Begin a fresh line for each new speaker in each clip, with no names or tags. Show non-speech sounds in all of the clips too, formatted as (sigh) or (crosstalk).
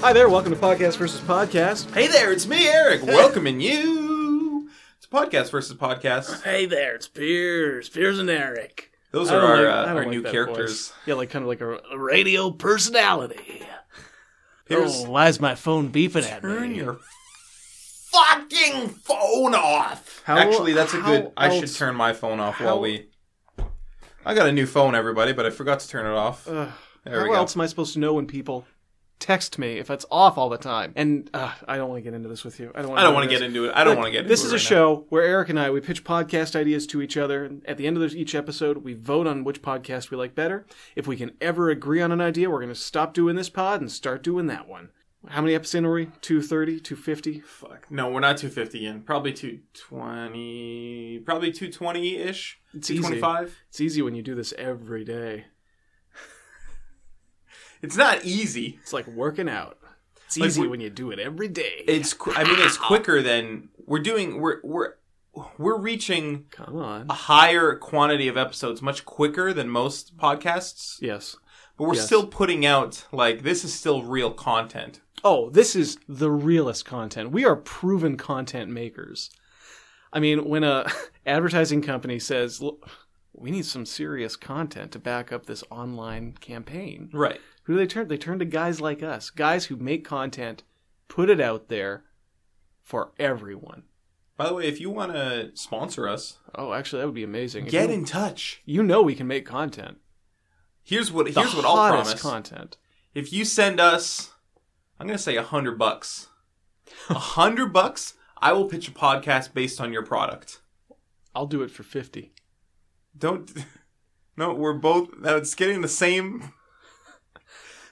Hi there, welcome to Podcast versus Podcast.
Hey there, it's me, Eric, welcoming you to Podcast versus Podcast.
Hey there, it's Piers, Piers and Eric,
Those
I
are
don't
our,
like- I
uh,
don't
our
like
new
that
characters.
Yeah, like kind of like a
a radio personality.
Piers,
Oh, why is my phone beeping at
turn
me?
your fucking phone off.
How-
Actually, that's a
how
good. I should
else-
turn my phone off
how-
while we. I got a new phone, everybody, but I forgot to turn it off.
Ugh.
there
How
we go.
else am I supposed to know when people text me if it's off all the time? And uh, I don't want to get into this with you. I don't. Wanna
I don't want to get into it. I don't want to get.
This
into
is
it
a
right now.
show where Eric and I we pitch podcast ideas to each other. And at the end of this- each episode, we vote on which podcast we like better. If we can ever agree on an idea, we're going to stop doing this pod and start doing that one. How many episodes in are we? 230, 250?
Fuck. No, we're not 250 in. Probably 220. Probably 220 ish.
It's easy.
225.
It's easy when you do this every day.
It's not easy.
It's like working out. It's
Like,
easy
we-
when you do it every day.
It's. qu- I mean, it's quicker than we're doing. We're we're we're reaching
Come on.
a higher quantity of episodes much quicker than most podcasts.
Yes.
But we're
Yes.
still putting out like this is still real content.
Oh, this is the realest content. We are proven content makers. I mean, when a (laughs) advertising company says, "Look, "We need some serious content to back up this online campaign,"
Right.
who do they turn? They turn to guys like us, guys who make content, put it out there for everyone.
By the way, if you want to sponsor us,
Oh, actually, that would be amazing. If
get
you,
in touch.
You know we can make content.
Here's what
The
here's what I'll
hottest
promise.
content.
if you send us i'm gonna say a hundred bucks a hundred bucks i will pitch a podcast based on your product
I'll do it for fifty.
don't (laughs) no we're both that's getting the same (laughs)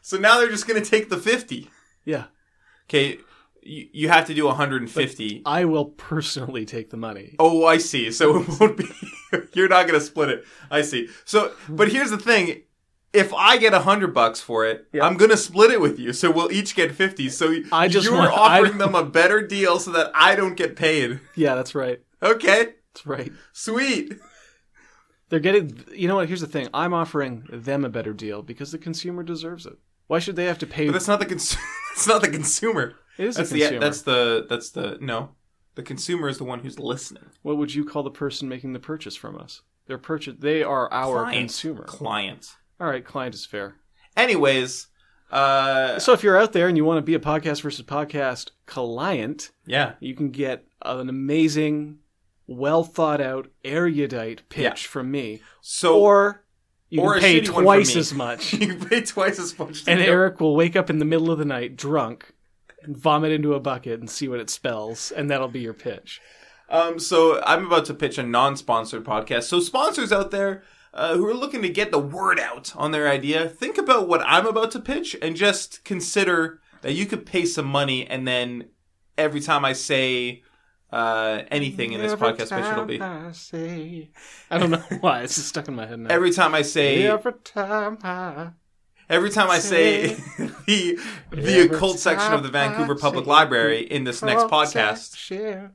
so now they're just gonna take the 50
Yeah,
okay you, you have to do 150
I will personally take the money.
oh i see so it (laughs) won't be you're not gonna split it i see so but here's the thing if I get a hundred bucks for it,
Yeah.
I'm gonna split it with you, so we'll each get fifty. So
I just
you're
want- I-
offering them a better deal so that I don't get paid.
Yeah, that's right.
Okay,
That's right.
sweet.
They're getting. You know what? Here's the thing. I'm offering them a better deal because the consumer deserves it. Why should they have to pay?
But that's not the cons- (laughs) That's not the consumer.
it is
That's
the
the, e-
consumer.
that's the that's the no. The consumer is the one who's listening.
What would you call the person making the purchase from us? Their purchase. They are our
Client.
consumer.
Client.
All right, client is fair.
Anyways, uh,
So if you're out there and you want to be a podcast versus podcast client,
yeah,
you can get an amazing, well thought out, erudite pitch
Yeah.
from me,
so
or you
or a
can pay
shitty one from
twice
me.
as much.
(laughs) you pay twice as much. to
And
go-
Eric will wake up in the middle of the night drunk, vomit into a bucket, and see what it spells, and that'll be your pitch.
Um, so I'm about to pitch a non-sponsored podcast. So sponsors out there uh, who are looking to get the word out on their idea, think about what I'm about to pitch and just consider that you could pay some money, and then every time I say uh, anything in this podcast pitch, it'll be
I say, I don't know (laughs) why it's just stuck in my head now.
every time I say
Every time I
every time I say (laughs) the the
Every
occult section of the
time I
Vancouver Public
say
Library in this next podcast, (laughs)
share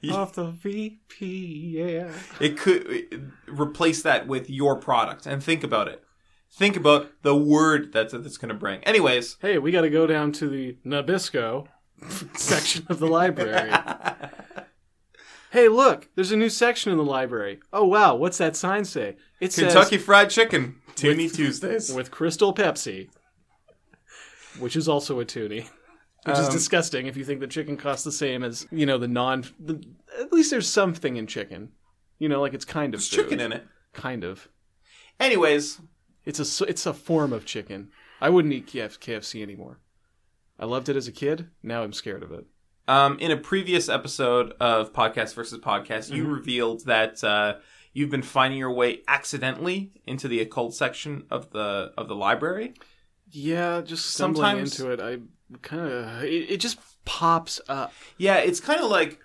You-
of the VPN.
it could replace that with your product and think about it. Think about the word that's that's going to bring. Anyways,
Hey, we got to go down to the Nabisco (laughs) section of the
(laughs)
library. hey, look, there's a new section in the library. Oh wow, what's that sign say? It says
Kentucky Fried Chicken, Toonie Tuesdays.
with Crystal Pepsi, which is also a toonie, which is
Um,
disgusting if you think the chicken costs the same as you know the non. The, at least there's something in chicken, you know, like it's kind of
There's
food.
chicken in it.
Kind of,
Anyways,
it's a s- it's a form of chicken. I wouldn't eat KF, KFC anymore. I loved it as a kid. Now I'm scared of it.
um, in a previous episode of Podcast versus Podcast,
Mm-hmm.
you revealed that uh, you've been finding your way accidentally into the occult section of the of the library.
Yeah, just stumbling
Sometimes-
into it, I kind of it, it just pops up.
Yeah, it's kind of like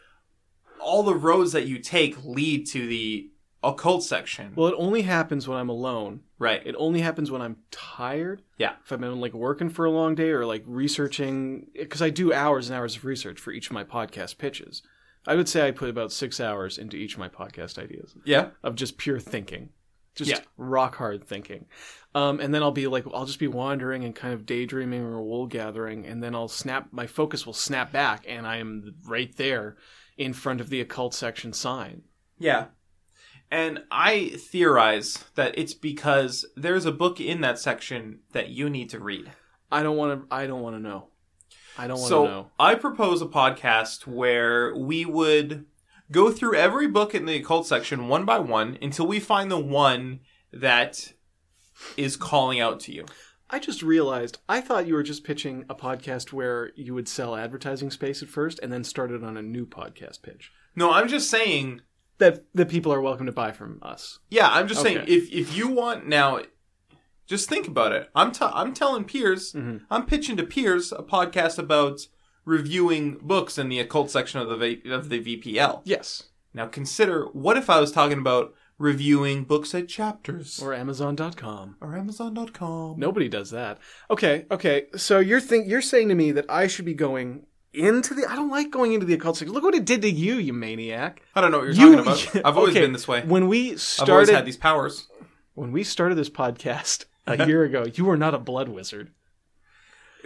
all the roads that you take lead to the occult section.
Well, it only happens when I'm alone.
right.
It only happens when I'm tired.
Yeah.
If I've been like working for a long day or like researching, because I do hours and hours of research for each of my podcast pitches. I would say I put about six hours into each of my podcast ideas
yeah.
of just pure thinking, Just
Yeah.
rock hard thinking. Um, and then I'll be like, I'll just be wandering and kind of daydreaming or wool gathering, and then I'll snap, my focus will snap back, and I am right there in front of the occult section sign.
Yeah. And I theorize that it's because there's a book in that section that you need to read.
I don't want to, I don't want to know. I don't want to
So
know.
I propose a podcast where we would go through every book in the occult section one by one until we find the one that is calling out to you.
I just realized, I thought you were just pitching a podcast where you would sell advertising space at first and then start it on a new podcast pitch
No, I'm just saying.
that, that people are welcome to buy from us.
Yeah, I'm just saying.
Okay.
If if you want now, just think about it. I'm t- I'm telling peers.
Mhm.
I'm pitching to peers a podcast about reviewing books in the occult section of the v- of the VPL.
Yes.
Now consider what if I was talking about reviewing books at chapters or,
Or Amazon.com.
Amazon.com.
Nobody does that. Okay, okay. So you're think you're saying to me that I should be going into the I don't like going into the occult section. Look what it did to you, you maniac.
I don't know what you're
You-
talking
(laughs)
about. I've always
okay,
been this way.
When we
I've always had
started
these powers.
when we started this podcast a
(laughs)
year ago, you were not a blood wizard.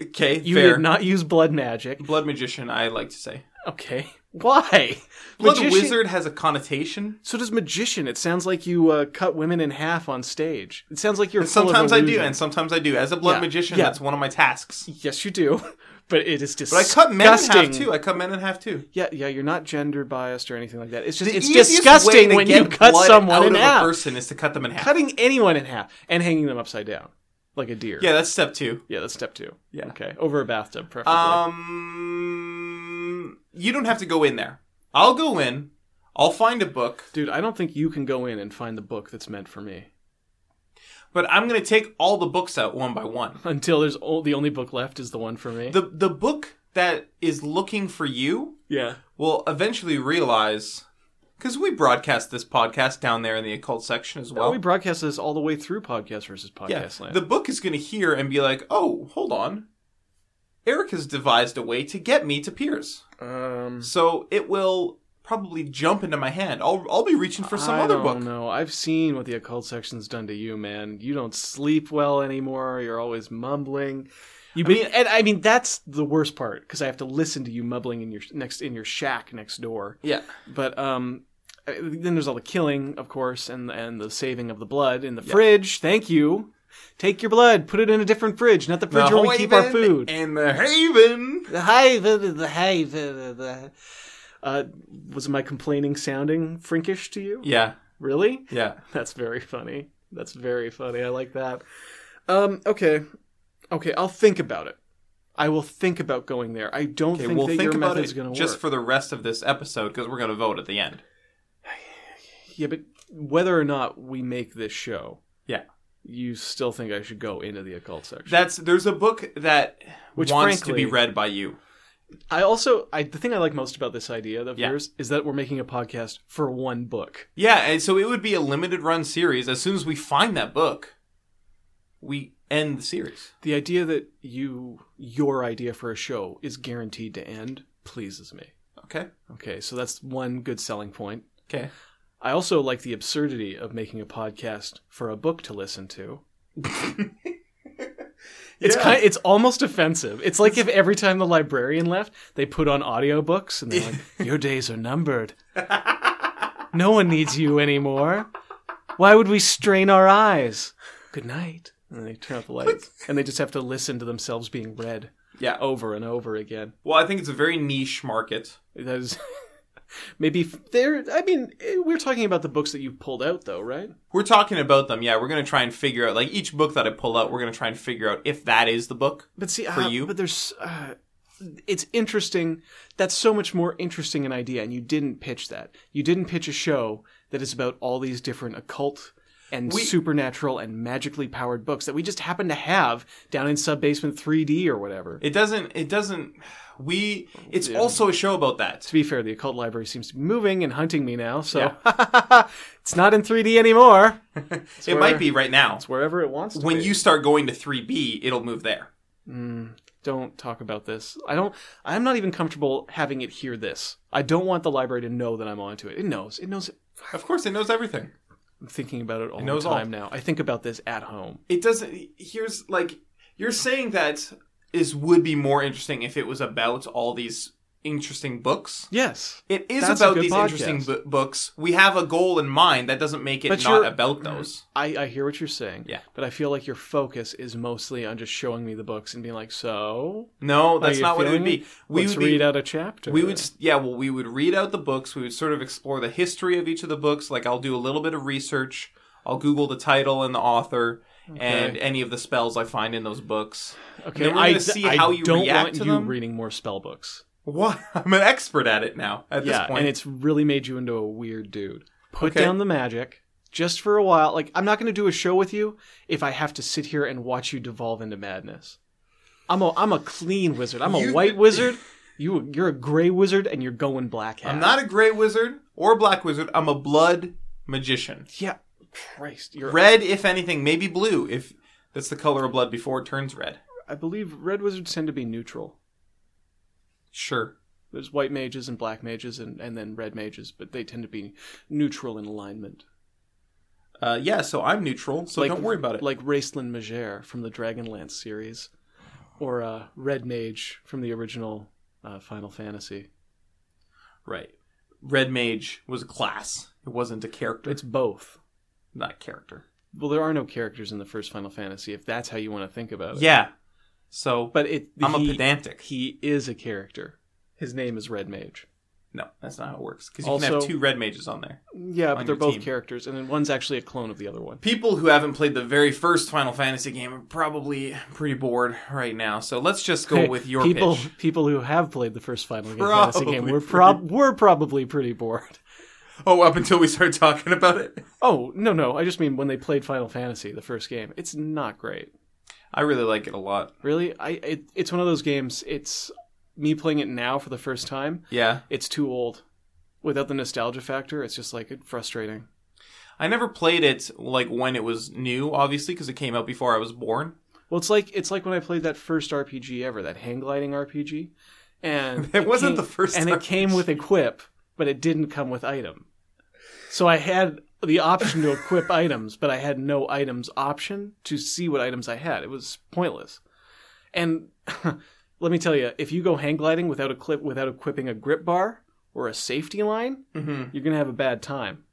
Okay,
You
fair.
did not use blood magic.
Blood magician, I like to say.
Okay. Why?
Blood
Magician-
wizard has a connotation.
So does magician. It sounds like you uh, cut women in half on stage. It sounds like you're
And
full of
sometimes I do,
illusion.
and sometimes I do. As a blood
Yeah,
magician,
yeah.
that's one of my tasks.
yes, you do. (laughs) But it is
But I
disgusting.
cut men in half too. I cut men in half too.
Yeah, yeah, you're not gender biased or anything like that. It's just
The
it's
easiest way
disgusting
to
when
get
you cut
blood
someone
out
in
of
half.
a person is to cut them in half.
Cutting anyone in half and hanging them upside down like a deer.
Yeah, that's step two.
yeah, that's step two.
Yeah.
okay, over a bathtub preferably.
Um, you don't have to go in there. I'll go in. I'll find a book,
Dude, I don't think you can go in and find the book that's meant for me (laughs)
but I'm gonna take all the books out one by one.
until there's o- the only book left is the one for me.
The the book that is looking for you
yeah,
will eventually realize, because we broadcast this podcast down there in the occult section as well.
we broadcast this all the way through podcast versus podcast
yeah,
land.
the book is gonna hear and be like, "Oh, hold on." Eric has devised a way to get me to Piers.
um,
So it will probably jump into my hand. I'll I'll be reaching for some
I
other
don't
book.
know. I've seen what the occult section's done to you, man. You don't sleep well anymore. You're always mumbling. You be, and I mean that's the worst part because I have to listen to you mumbling in your next in your shack next door.
Yeah.
But um, I- then there's all the killing, of course, and and the saving of the blood in the fridge. Thank you. Take your blood, put it in a different fridge, not the fridge where we keep our food.
And the Haven.
The hive, uh, the hive, uh, the. Uh, was my complaining sounding Frankish to you?
Yeah.
Really?
Yeah.
That's very funny. That's very funny. I like that. Um, okay. Okay, I'll think about it. I will think about going there. I don't
Okay,
think
we'll
that
think
your
about
method's
it
going to
just
work.
for the rest of this episode because we're going to vote at the end.
yeah, but whether or not we make this show,
Yeah.
you still think I should go into the occult section?
That's there's a book that
Which,
wants
frankly-
to be read by you.
I also, I the thing I like most about this idea of
Yeah.
yours is that we're making a podcast for one book.
Yeah, and so it would be a limited run series. As soon as we find that book, we end the series.
The idea that you, your idea for a show, is guaranteed to end pleases me.
Okay.
Okay, so that's one good selling point.
Okay.
I also like the absurdity of making a podcast for a book to listen to. It's
Yeah.
kind it's almost offensive. It's like if every time the librarian left, they put on audiobooks and they're like, "Your days are numbered. No one needs you anymore. Why would we strain our eyes? Good night." And then they turn off the lights and they just have to listen to themselves being read
Yeah. Oh,
over and over again.
Well, I think it's a very niche market.
That is (laughs) maybe f- there I mean, eh, we're talking about the books that you pulled out though, right?
We're talking about them. Yeah, we're going to try and figure out like each book that I pull out, we're going to try and figure out if that is the book.
But see,
For
uh,
you?
but there's, uh, it's interesting. That's so much more interesting an idea, and you didn't pitch that. You didn't pitch a show that is about all these different occult and
We-
supernatural and magically powered books that we just happen to have down in sub basement 3D or whatever.
It doesn't. It doesn't. We. It's also a show about that.
to be fair, the occult library seems to be moving and hunting me now, so (laughs) it's not in 3D anymore.
(laughs) it might be right now.
It's wherever it wants to
When
be.
you start going to 3B, it'll move there.
don't talk about this. I don't. I'm not even comfortable having it hear this. I don't want the library to know that I'm onto it. It knows. It knows.
Of course, it knows everything.
I'm thinking about it all the
knows all.
time now. I think about this at home.
it doesn't here's like you're saying that is would be more interesting if it was about all these interesting books
Yes.
it is
That's a
about
good
these
podcast.
interesting bu- books we have a goal in mind that doesn't make it
But
not
you're-
about those
I, I hear what you're saying.
Yeah.
But I feel like your focus is mostly on just showing me the books and being like, so
no that's
you
not what it would
feeling
be we
let's
would be-
read out a chapter.
we would s- yeah well we would read out the books we would sort of explore the history of each of the books like i'll do a little bit of research i'll google the title and the author and any of the spells i find in those books
okay.
then we're
I,
gonna see
I
how you
don't
react
want
to
you
them.
reading more spell books.
what (laughs) i'm an expert at it now at
yeah,
this point
and it's really made you into a weird dude. Put
Okay.
down the magic just for a while. Like I'm not going to do a show with you if I have to sit here and watch you devolve into madness. I'm a I'm a clean wizard. I'm a
You've
white
(laughs) been-
wizard. You you're a gray wizard and you're going black hat.
I'm not a gray wizard or a black wizard. I'm a blood magician.
Yeah, Christ, you're.
Red, if anything, maybe blue, if that's the color of blood before it turns red.
I believe red wizards tend to be neutral.
Sure.
There's white mages and black mages and, and then red mages, but they tend to be neutral in alignment.
Uh, yeah, so I'm neutral, so don't worry about it.
Like Raceland Majer from the Dragonlance series, or uh, Red Mage from the original uh, Final Fantasy.
right. Red mage was a class. It wasn't a character.
It's both.
not a character.
Well, there are no characters in the first Final Fantasy, if that's how you want to think about it.
Yeah. So
Oh, But it,
I'm
he,
a pedantic.
He is a character. His name is Red Mage.
No, that's not how it works. Because you can have
Also-
two red mages on there.
Yeah, but
On
they're
your
both
team.
characters, and then one's actually a clone of the other one.
People who haven't played the very first Final Fantasy game are probably pretty bored right now. So let's just
(laughs)
go
Hey,
with your
people.
pitch.
People who have played the first Final Fantasy game
Probably
were prob were probably pretty bored.
Oh, up until we start talking about it.
Oh no, no, I just mean when they played Final Fantasy, the first game. It's not great,
I really like it a lot.
really. I it, it's one of those games. It's me playing it now for the first time.
Yeah.
It's too old. Without the nostalgia factor, it's just like frustrating.
I never played it like when it was new, obviously, because it came out before I was born.
Well, it's like it's like when I played that first RPG ever, that hang gliding RPG, and
(laughs) That wasn't
came-
the first
And it came
RPG.
with equip, but it didn't come with item. So I had the option to
(laughs)
equip items, but I had no items option to see what items I had. It was pointless. And (laughs) let me tell you, if you go hang gliding without a clip, without equipping a grip bar or a safety line,
Mm-hmm.
you're gonna have a bad time.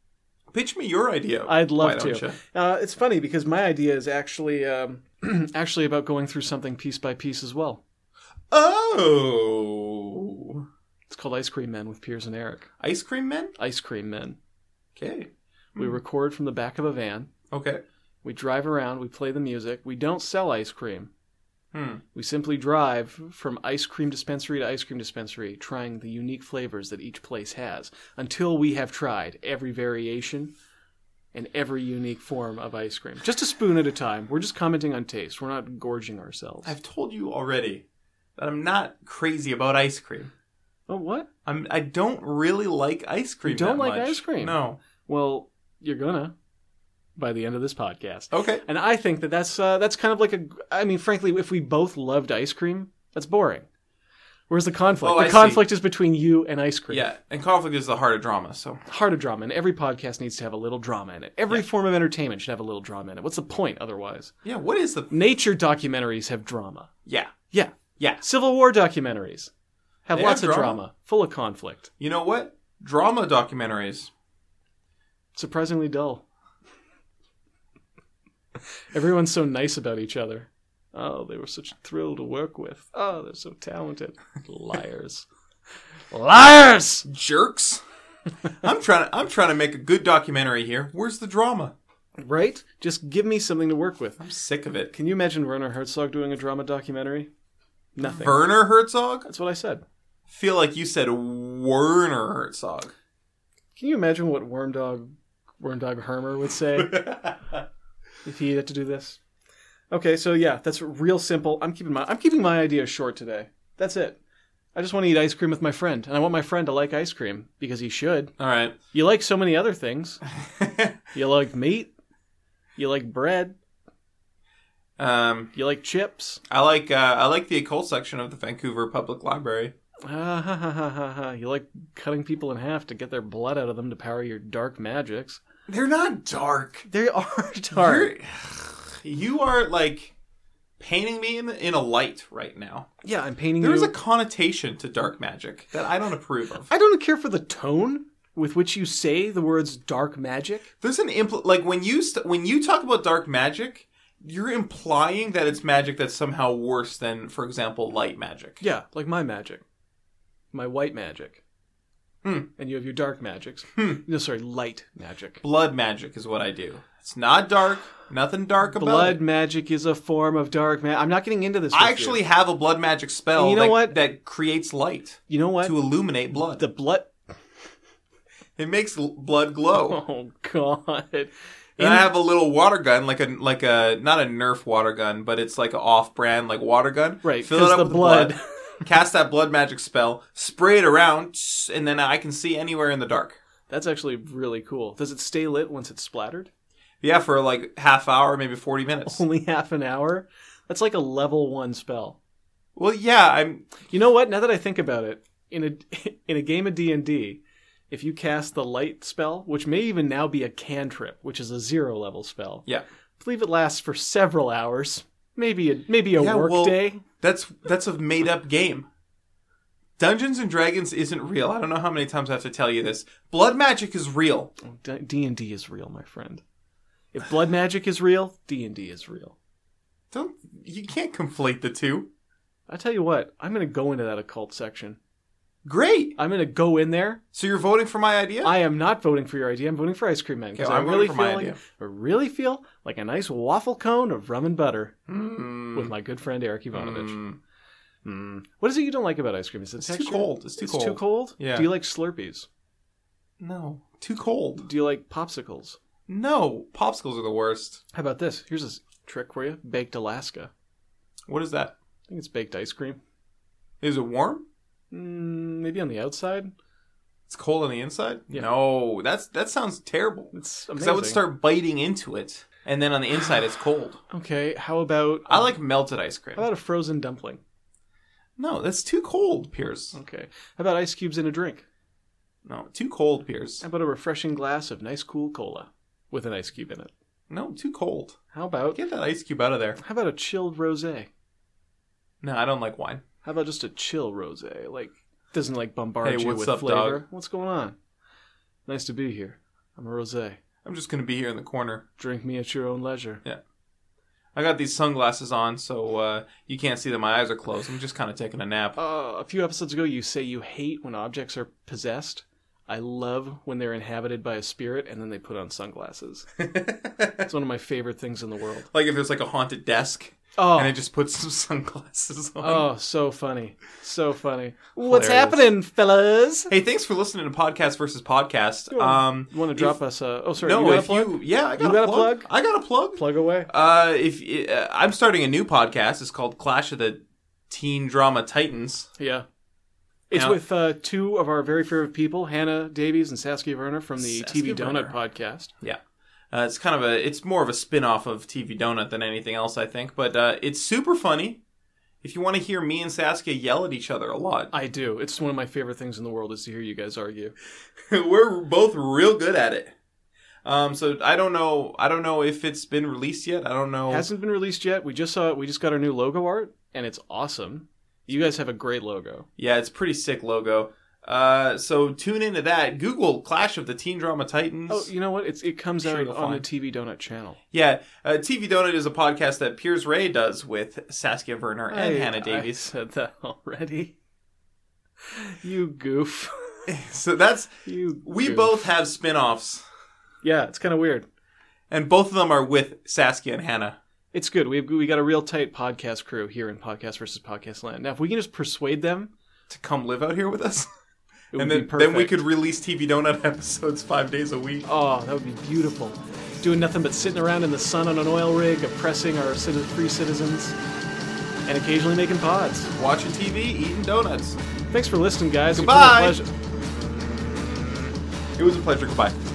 Pitch me your idea.
I'd
Why
love
don't
to.
ya?
Uh, it's funny because my idea is actually um, (clears throat) actually about going through something piece by piece as well.
Oh,
It's called Ice Cream Men with Piers and Eric.
ice cream men.
Ice Cream Men.
Okay.
We record from the back of a van.
Okay.
We drive around. We play the music. We don't sell ice cream.
Hmm.
We simply drive from ice cream dispensary to ice cream dispensary, trying the unique flavors that each place has until we have tried every variation and every unique form of ice cream. Just a spoon at a time. We're just commenting on taste. We're not gorging ourselves.
I've told you already that I'm not crazy about ice cream.
Oh, what?
I'm. I don't really like ice cream.
You don't
that
like
much.
ice cream?
No.
Well, you're gonna by the end of this podcast.
Okay.
And I think that that's uh, that's kind of like a. I mean, frankly, if we both loved ice cream, that's boring. Where's the conflict?
Oh,
the
I see.
conflict is between you and ice cream.
Yeah, and conflict is the heart of drama. So
Heart of drama, and every podcast needs to have a little drama in it. Every form of entertainment should have a little drama in it. What's the point otherwise?
yeah, what is the
Nature documentaries have drama.
yeah
Yeah.
yeah?
Civil War documentaries have
They
lots
have
of
drama.
drama, full of conflict.
You know what? Drama documentaries.
Surprisingly dull. Everyone's so nice about each other. Oh, they were such a thrill to work with. Oh, they're so talented. Liars. Liars! (laughs)
jerks. I'm trying. To, I'm trying to make a good documentary here. Where's the drama?
Right? Just give me something to work with.
I'm sick of it.
Can you imagine Werner Herzog doing a drama documentary? Nothing.
Werner Herzog.
That's what I said.
Feel like you said Werner Herzog. (laughs)
Can you imagine what Wormdog Wormdog Hermer would say if he had to do this? Okay, so yeah, that's real simple. I'm keeping my I'm keeping my idea short today. That's it. I just want to eat ice cream with my friend, and I want my friend to like ice cream because he should.
All right. (laughs)
You like so many other things. You like meat. You like bread.
um,
You like chips. (laughs)
I like. Uh, I like the occult section of the Vancouver Public Library.
Ah, ha, ha, ha, ha, ha. You like cutting people in half to get their blood out of them to power your dark magics.
They're not dark.
They are (laughs) dark.
You're, (sighs) you are like painting me in, in a light right now.
Yeah, I'm painting
There is
you.
a connotation to dark magic that I don't approve of.
I don't care for the tone with which you say the words dark magic.
There's an impl- like when you st- when you talk about dark magic, you're implying that it's magic that's somehow worse than, for example, light magic.
Yeah, like my magic, my white magic,
Hmm.
and you have your dark magics. No, sorry, light magic.
Blood magic is what I do. It's not dark. Nothing dark about
Blood
it.
magic is a form of dark magic. I'm not getting into this. With
I
you.
actually have a blood magic spell
You know
that,
what?
that creates light
you know what?
to illuminate blood.
the blood.
it makes l-
(laughs)
blood glow.
Oh God!
And I have a little water gun, like a like a not a Nerf water gun, but it's like an off-brand like water gun.
Right,
Fill
'cause
it up
the
with
blood-
blood. (laughs) cast that blood magic spell. Spray it around, tss, and then I can see anywhere in the dark.
That's actually really cool. Does it stay lit once it's splattered? (laughs)
Yeah, for like half hour, maybe forty minutes.
Only half an hour. That's like a level one spell.
Well, yeah, I'm.
You know what? Now that I think about it, in a (laughs) in a game of D and D, if you cast the light spell, which may even now be a cantrip, which is a zero level spell,
Yeah,
I believe it lasts for several hours, maybe a, maybe a
Yeah,
work
well-
day.
that's that's a made-up game. Dungeons and Dragons isn't real. I don't know how many times I have to tell you this. Blood magic is real.
Oh, D and D is real, my friend. If blood magic is real, D and D is real.
Don't you can't conflate the two.
I tell you what, I'm gonna go into that occult section.
Great.
I'm gonna go in there.
So you're voting for my idea?
I am not voting for your idea. I'm voting for ice cream man because
Okay,
I
I'm voting
really
for
feel
my
like
idea.
I really feel like a nice waffle cone of rum and butter
Mm.
with my good friend Eric Ivanovich.
Mm.
What is it you don't like about ice cream? Is it
It's
texture?
too cold. It's too
It's
cold.
too cold.
Yeah.
Do you like Slurpees?
No, too cold.
Do you like popsicles?
No, popsicles are the worst.
How about this? Here's a s- trick for you: baked Alaska.
What is that?
I think it's baked ice cream.
Is it warm?
Mm, maybe on the outside.
It's cold on the inside.
Yeah.
No, that's that sounds terrible.
It's
Because
amazing.
I would start biting into it, and then on the inside
(sighs)
it's cold.
Okay, how about
I like melted ice cream.
how about a frozen dumpling?
No, that's too cold, Piers.
Okay, how about ice cubes in a drink?
No, too cold, Piers.
How about a refreshing glass of nice cool cola with an ice cube in it?
No, too cold.
How about
Get that ice cube out of there.
how about a chilled rosé?
No, I don't like wine.
How about just a chill rosé? Like doesn't like bombard
Hey,
you
what's
with
up,
flavor.
dog?
What's going on? Nice to be here. I'm a rosé.
I'm just gonna be here in the corner.
Drink me at your own leisure.
I got these sunglasses on, so uh, you can't see that my eyes are closed. I'm just kind of taking a nap.
Uh, a few episodes ago, you say you hate when objects are possessed. I love when they're inhabited by a spirit and then they put on
(laughs)
sunglasses. It's one of my favorite things in the world.
like if there's like a haunted desk, and I
Oh,
just put (laughs) some sunglasses on.
oh, so funny. So funny. What's
Hilarious.
happening, fellas?
Hey, thanks for listening to Podcast versus Podcast. Um,
You want to drop us a. Oh, sorry.
no,
you got a
if
plug?
you yeah, I got,
You
a,
got a
plug.
plug?
I got a plug.
Plug away.
Uh, if uh, I'm starting a new podcast, it's called Clash of the Teen Drama Titans.
Yeah. It's
Now-
with uh, two of our very favorite people, Hannah Davies and Saskia Werner from the TV
Saskia
Donut
Werner.
podcast.
Yeah. Uh, it's kind of a it's more of a spin-off of TV Donut than anything else, I think, but uh, it's super funny. If you want to hear me and Saskia yell at each other a lot,
I do. It's one of my favorite things in the world is to hear you guys argue.
(laughs) we're both real good at it. Um, so I don't know. I don't know if it's been released yet. I don't know.
hasn't been released yet. We just saw it. We just got our new logo art, and it's awesome. You guys have a great logo.
Yeah, it's pretty sick logo. Uh, so tune into that. Google Clash of the Teen Drama Titans.
Oh, you know what? It's it comes
Sure,
out
you'll
on the
find.
TV Donut channel.
yeah, uh, TV Donut is a podcast that Piers Ray does with Saskia Werner and
I-
Hannah Davies.
I said that already. You goof.
(laughs)
(laughs)
so that's
You.
we
goof.
both have spin-offs
Yeah, it's kind of weird.
and both of them are with Saskia and Hannah.
It's good. We we got a real tight podcast crew here in Podcast versus Podcast Land. Now, if we can just persuade them,
To come live out here with us,
it would
and
be
then,
perfect.
then we could release TV Donut (laughs) episodes five days a week.
Oh, that would be beautiful. Doing nothing but sitting around in the sun on an oil rig, oppressing our citi- free citizens, and occasionally making pods.
Watching TV, eating donuts.
Thanks for listening, guys. It's been a
Goodbye.
pleasure.
It was a pleasure. Goodbye.